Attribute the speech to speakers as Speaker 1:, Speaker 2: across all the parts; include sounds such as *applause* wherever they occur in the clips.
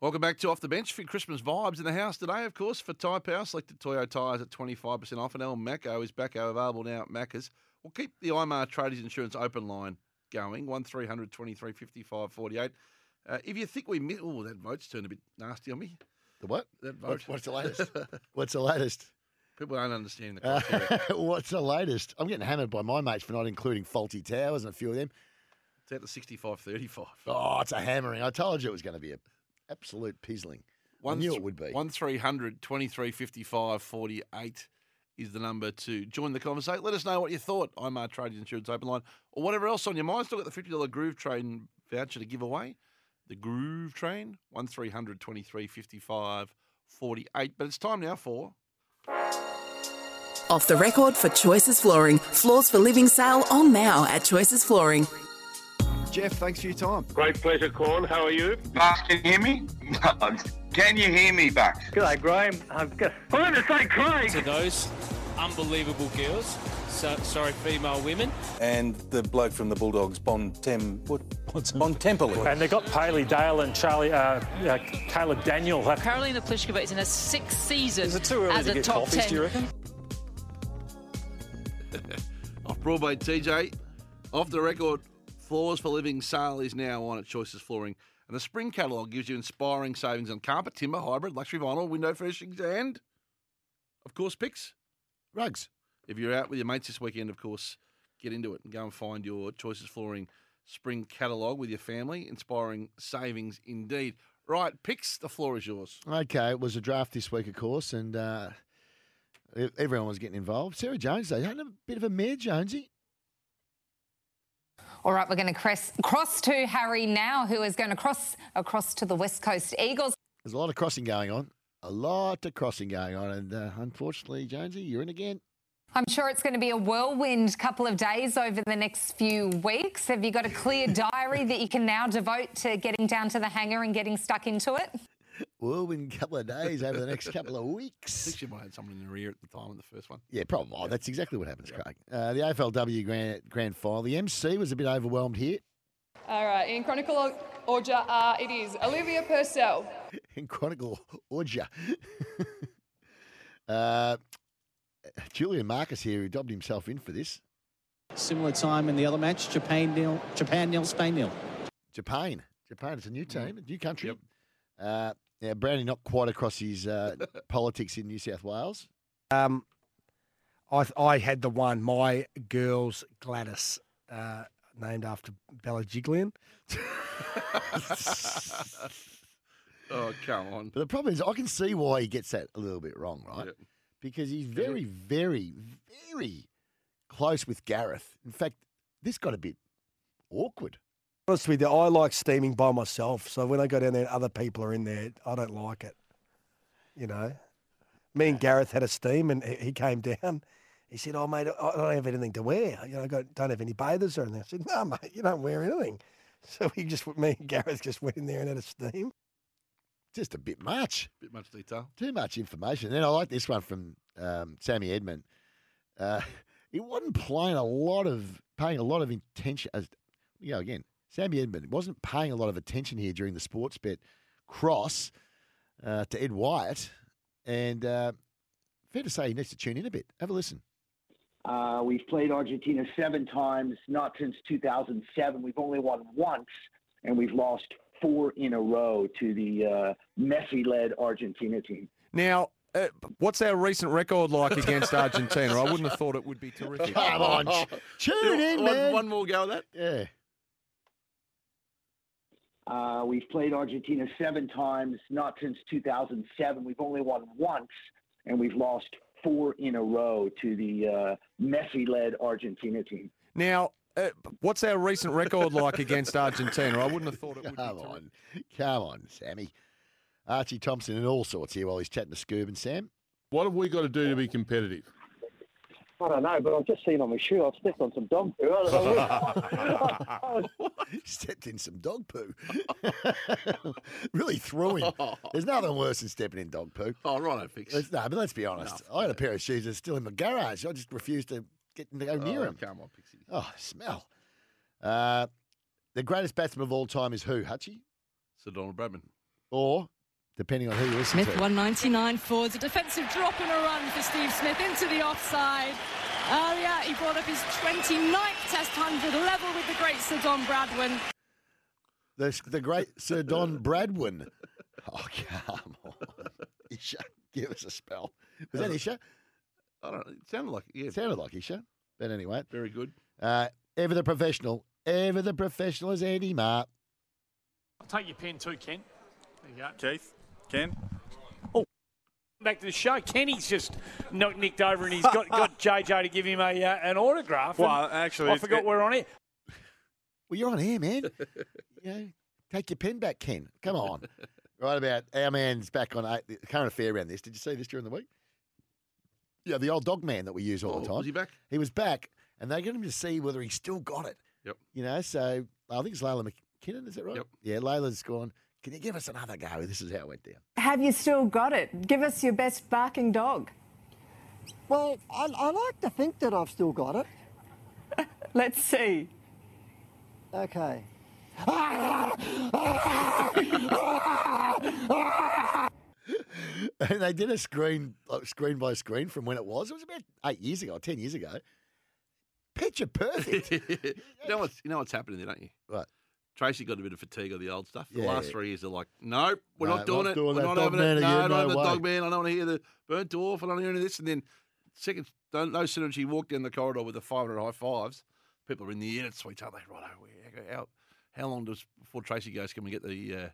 Speaker 1: Welcome back to Off the Bench for Christmas vibes in the house today, of course, for Tyre Power. Selected Toyo tyres at 25% off, and El Maco is back available now at Macca's. We'll keep the IMAR Traders Insurance open line going, 1300 23 55 48. Uh, if you think we missed, oh, that vote's turned a bit nasty on me.
Speaker 2: The what?
Speaker 1: That vote.
Speaker 2: What's, what's the latest? What's the latest?
Speaker 1: *laughs* People don't understand the
Speaker 2: Uh, *laughs*
Speaker 1: criteria. Is
Speaker 2: what's the latest? I'm getting hammered by my mates for not including faulty towers and a few of them.
Speaker 1: that the 65 35?
Speaker 2: Oh, it's a hammering. I told you it was going to be a absolute pizzling. I knew it would be.
Speaker 1: 1300 23 55 48 is the number to join the conversation. Let us know what you thought. IMAR Trading Insurance Open Line or whatever else on your mind. Still got the $50 Groove Train voucher to give away. The Groove Train, 1300 23 55 48. But it's time now for.
Speaker 3: Off the record for Choices Flooring. Floors for Living sale on now at Choices Flooring.
Speaker 4: Jeff, thanks for your time.
Speaker 5: Great pleasure, Corn. How are you?
Speaker 6: Bucks, can you hear me? *laughs* can you hear me, Bucks?
Speaker 7: G'day, Graham. I'm going to say Craig.
Speaker 8: to those unbelievable girls. So, sorry, female women.
Speaker 9: and the bloke from the Bulldogs, Bon Tem, what, Bon Temple.
Speaker 7: And they got Paley Dale and Charlie, uh, uh, Caleb Daniel.
Speaker 10: Carolina Pliskova is in her sixth season
Speaker 8: Is it too early
Speaker 10: as
Speaker 8: to
Speaker 10: a
Speaker 8: get
Speaker 10: top
Speaker 8: coffees,
Speaker 10: ten.
Speaker 8: do you reckon?
Speaker 1: Off Broadway, TJ. Off the record, Floors for Living sale is now on at Choices Flooring. And the spring catalogue gives you inspiring savings on carpet, timber, hybrid, luxury vinyl, window furnishings, and, of course, picks.
Speaker 2: Rugs.
Speaker 1: If you're out with your mates this weekend, of course, get into it and go and find your Choices Flooring spring catalogue with your family. Inspiring savings indeed. Right, picks, the floor is yours.
Speaker 2: Okay, it was a draft this week, of course, and uh, e- everyone was getting involved. Sarah Jones, they had a bit of a mare, Jonesy.
Speaker 11: All right, we're going to cross, cross to Harry now, who is going to cross across to the West Coast Eagles.
Speaker 2: There's a lot of crossing going on. A lot of crossing going on, and uh, unfortunately, Jonesy, you're in again.
Speaker 11: I'm sure it's going to be a whirlwind couple of days over the next few weeks. Have you got a clear diary that you can now devote to getting down to the hangar and getting stuck into it?
Speaker 2: Whirlwind couple of days over
Speaker 11: *laughs*
Speaker 2: the next couple of
Speaker 1: I
Speaker 2: weeks.
Speaker 1: think she might have had someone in her ear at the time of the first one.
Speaker 2: Yeah, probably. Oh, that's exactly what happens, Craig. Uh, the AFLW grand, grand final. The MC was a bit overwhelmed here
Speaker 10: All right, in chronicle order, uh, it is Olivia Purcell.
Speaker 2: in Chronicle Orgia. *laughs* uh, Julian Marcus here, who dobbed himself in for this.
Speaker 8: Similar time in the other match, Japan nil, Japan nil, Spain nil.
Speaker 2: Japan. Japan, it's a new
Speaker 1: Mm-hmm.
Speaker 2: team, a new country. Uh, now, Brownie not quite across
Speaker 1: *laughs*
Speaker 2: his uh, politics in New South Wales.
Speaker 4: Um, I th- I had the one my girl's Gladys, uh, named after Bella Giglin.
Speaker 1: Oh, come on.
Speaker 2: But the problem is, I can see why he gets that a little bit wrong, right?
Speaker 1: Yep.
Speaker 2: Because he's very, very, very close with Gareth. In fact, this got a bit awkward.
Speaker 4: Honest with you, I like steaming by myself. So when I go down there and other people are in there, I don't like it. You know, me and Gareth had a steam, and he he came down. He said, "Oh mate, I I don't have anything to wear. You know, I got, don't have any bathers or anything." I said, "No mate, you don't wear anything." *laughs* So we just, me and Gareth just went in there and had a steam.
Speaker 2: Just a bit much.
Speaker 1: Bit much detail.
Speaker 2: Too much information. And I like this one from um, Sammy Edmund. Uh, *laughs* he wasn't playing a lot of, paying a lot of attention. As, you go again. Sammy Edmund wasn't paying a lot of attention here during the sports bet cross uh, to Ed Wyatt. And uh, fair to say he needs to tune in a bit. Have a listen.
Speaker 8: Uh, we've played Argentina seven times, not since 2007. We've only won once, and we've lost four in a row to the uh, Messi-led Argentina team.
Speaker 9: Now, uh, what's our recent record like against Argentina? I wouldn't have thought it would be terrific.
Speaker 2: Come
Speaker 1: *laughs*
Speaker 2: on, t- tune in,
Speaker 1: one,
Speaker 2: man.
Speaker 1: one more go of that.
Speaker 2: Yeah.
Speaker 8: Uh, we've played Argentina seven times, not since 2007. We've only won once, and we've lost four in a row to the uh, Messi-led Argentina team.
Speaker 9: Now, uh, what's our recent record like against Argentina? I wouldn't have
Speaker 1: *laughs*
Speaker 9: thought it would
Speaker 2: Come
Speaker 9: be.
Speaker 2: on. Come on, Sammy. Archie Thompson and all sorts here while he's chatting to Scoob and Sam.
Speaker 12: What have we got to do to be competitive?
Speaker 13: I don't know, but I've just seen on my shoe, I've stepped on some dog poo. I don't know
Speaker 2: what- *laughs* Stepped in some dog poo. *laughs* really threw *laughs* him. There's nothing worse than stepping in dog poo.
Speaker 1: Oh, right, I fix.
Speaker 2: Let's, no, but let's be honest. I had a pair of shoes that's still in my garage. I just refused to get to go near
Speaker 1: Oh,
Speaker 2: them.
Speaker 1: Come on, Pixie.
Speaker 2: Oh, smell. Uh, the greatest batsman of all time is who, Hutchie?
Speaker 1: Sir Donald Bradman.
Speaker 2: Or, depending on who you listen
Speaker 14: Smith
Speaker 2: to.
Speaker 14: 199 forwards. A defensive drop and a run for Steve Smith into the offside. Earlier, he brought up his 29th Test 100 level with the great Sir Don Bradwin.
Speaker 2: The, the great *laughs* Sir Don Bradwin. Oh, come on. *laughs* Isha, give us a spell. Was that Isha?
Speaker 1: I don't know. It sounded like yeah.
Speaker 2: It sounded like Isha. But anyway.
Speaker 1: Very good.
Speaker 2: Uh, ever the professional. Ever the professional is Andy Marr.
Speaker 15: Take your pen too, Ken. There you go.
Speaker 16: Keith, Ken.
Speaker 15: Back to the show. Kenny's just no- nicked over and he's got,
Speaker 16: *laughs*
Speaker 15: got JJ to give him a uh, an autograph.
Speaker 16: Well,
Speaker 15: And
Speaker 16: actually,
Speaker 15: I
Speaker 16: it's-
Speaker 15: forgot
Speaker 16: it-
Speaker 15: we're on it.
Speaker 2: Well, you're on
Speaker 1: *laughs*
Speaker 2: air, man. you know, take your pen back, Ken. Come on. right about our man's back on eight, the current affair around this. Did you see this during the week? Yeah, the old dog man that we use all the
Speaker 1: Oh,
Speaker 2: time.
Speaker 1: was he back?
Speaker 2: He was back, and they got him to see whether he still got it.
Speaker 1: Yep. *laughs*
Speaker 2: *laughs* You know, so I think it's Layla McKinnon, is that right?
Speaker 1: Yep.
Speaker 2: Yeah, Layla's gone. Can you give us another go? This is how it went down.
Speaker 17: Have you still got it? Give us your best barking dog.
Speaker 18: Well, I, I like to think that I've still got it.
Speaker 17: *laughs* Let's see.
Speaker 2: *laughs*
Speaker 18: Okay.
Speaker 2: and they did a screen like, screen by screen from when it was. It was about eight years ago, ten years ago.
Speaker 1: *laughs*
Speaker 2: Picture perfect.
Speaker 1: you know what's you know what's happening there, don't you?
Speaker 2: Right.
Speaker 1: Tracy got a bit of fatigue of the old stuff. The
Speaker 2: Yeah,
Speaker 1: last
Speaker 2: yeah.
Speaker 1: three years are like, nope, we're
Speaker 2: No,
Speaker 1: not doing
Speaker 2: not
Speaker 1: it.
Speaker 2: doing
Speaker 1: we're
Speaker 2: that
Speaker 1: not
Speaker 2: dog
Speaker 1: having
Speaker 2: man
Speaker 1: it.
Speaker 2: again,
Speaker 1: No,
Speaker 2: no
Speaker 1: not having the
Speaker 2: way.
Speaker 1: dog man. I don't want to hear the burnt dwarf. I don't want to hear any of this. And then second, no, no sooner than she walked down the corridor with the 500 high fives, people are in the air. Sweet, aren't they? Right over How, how long does before Tracy goes? Can we get the uh,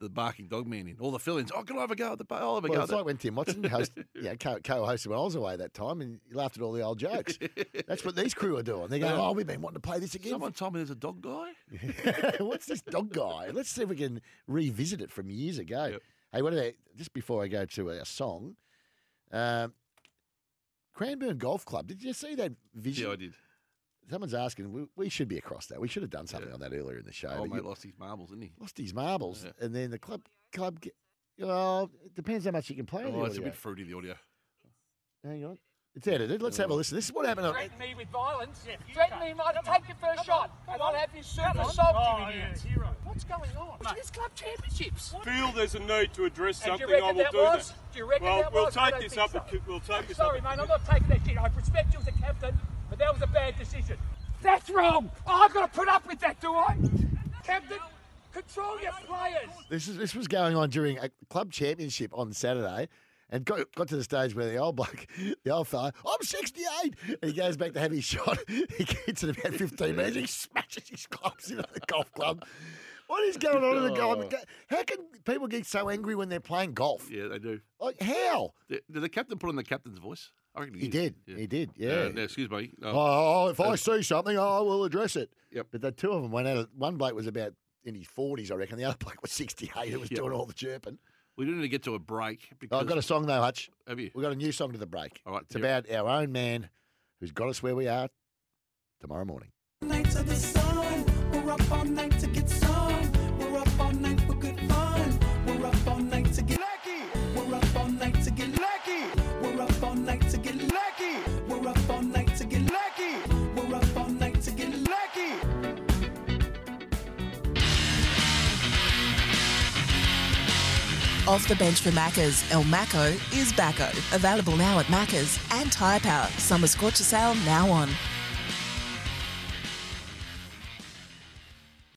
Speaker 1: the barking dog man in? All the fill-ins. Oh, can I have a go at the? bar? I'll have a
Speaker 2: Well,
Speaker 1: go.
Speaker 2: it's
Speaker 1: at
Speaker 2: like when Tim Watson
Speaker 1: *laughs*
Speaker 2: host, yeah, co- co-hosted when I was away that time, and he laughed at all the old jokes. That's what these crew are doing. They go,
Speaker 1: Yeah.
Speaker 2: "Oh, we've been wanting to play this again."
Speaker 1: Someone told me there's a dog guy.
Speaker 2: *laughs* What's this dog guy? Let's see if we can revisit it from years ago. Hey, what about just before I go to our song? Um, Cranbourne Golf Club. Did you see that vision?
Speaker 1: Yeah, I did.
Speaker 2: Someone's asking. We, we should be across that. We should have done something on that earlier in the show.
Speaker 1: Oh,
Speaker 2: but
Speaker 1: mate,
Speaker 2: you-
Speaker 1: lost his marbles, didn't he?
Speaker 2: lost his marbles, and then the club club. ge- Well, it depends how much you can play. the
Speaker 1: Oh, it's a
Speaker 2: audio.
Speaker 1: bit fruity the audio.
Speaker 2: Hang on, it's edited. Let's have a listen. This is what happened. On,
Speaker 19: Threaten me with violence. Threaten me, I'll take your first shot. And I'll have you served assault,
Speaker 20: Oh,
Speaker 19: you idiot. What's going on? What's this club championships?
Speaker 20: feel there's a need to address
Speaker 19: And do
Speaker 20: something,
Speaker 19: you reckon
Speaker 20: I will
Speaker 19: that
Speaker 20: do
Speaker 19: was?
Speaker 20: that.
Speaker 19: Do you reckon
Speaker 20: well,
Speaker 19: that
Speaker 20: we'll
Speaker 19: was? I
Speaker 20: take
Speaker 19: don't
Speaker 20: this
Speaker 19: think
Speaker 20: up.
Speaker 19: so.
Speaker 20: At, co- we'll take
Speaker 19: I'm
Speaker 20: this
Speaker 19: sorry,
Speaker 20: up. at
Speaker 19: mate, I'm not taking that shit. I respect you as a captain, but that was a bad decision. That's wrong. I've got to put up with that, do I? Captain, control your players.
Speaker 2: this is this was going on during a club championship on Saturday. And got, got to the stage where the old bloke, *laughs* the old fella, I'm 68. And he goes back to have his *laughs* shot. He gets it about 15 metres. He smashes his clubs into the golf club. What is going on in the golf? How can people get so angry when they're playing golf?
Speaker 1: Yeah, they do.
Speaker 2: Like, how?
Speaker 1: Did, did the captain put on the captain's voice? I reckon he,
Speaker 2: He did. He did. Yeah.
Speaker 1: Uh, no, excuse me. No.
Speaker 2: Oh, if I
Speaker 1: Uh,
Speaker 2: see something, I will address it.
Speaker 1: Yep.
Speaker 2: But the two of them went out. One bloke was about in his 40s, I reckon. The other *laughs* bloke was 68. It was
Speaker 1: Yep.
Speaker 2: doing all the chirping.
Speaker 1: we do need to get to a break.
Speaker 2: Oh,
Speaker 1: Because,
Speaker 2: I've got a song though, Hutch.
Speaker 1: Have you?
Speaker 2: We've got a new song to the break.
Speaker 1: All right.
Speaker 2: It's about our own man who's got us where we are tomorrow morning.
Speaker 21: night to the sun. We're up all night to get some. We're up all night for good fun. We're up all night to get lucky. We're up all night to get lucky. We're up all night to get lucky. We're up all night to get lucky. We're up all night to get lucky.
Speaker 3: Off the bench for Maccas, El Maco is Bacco. Available now at Maccas and Tyre Power. Summer scorcher sale now on.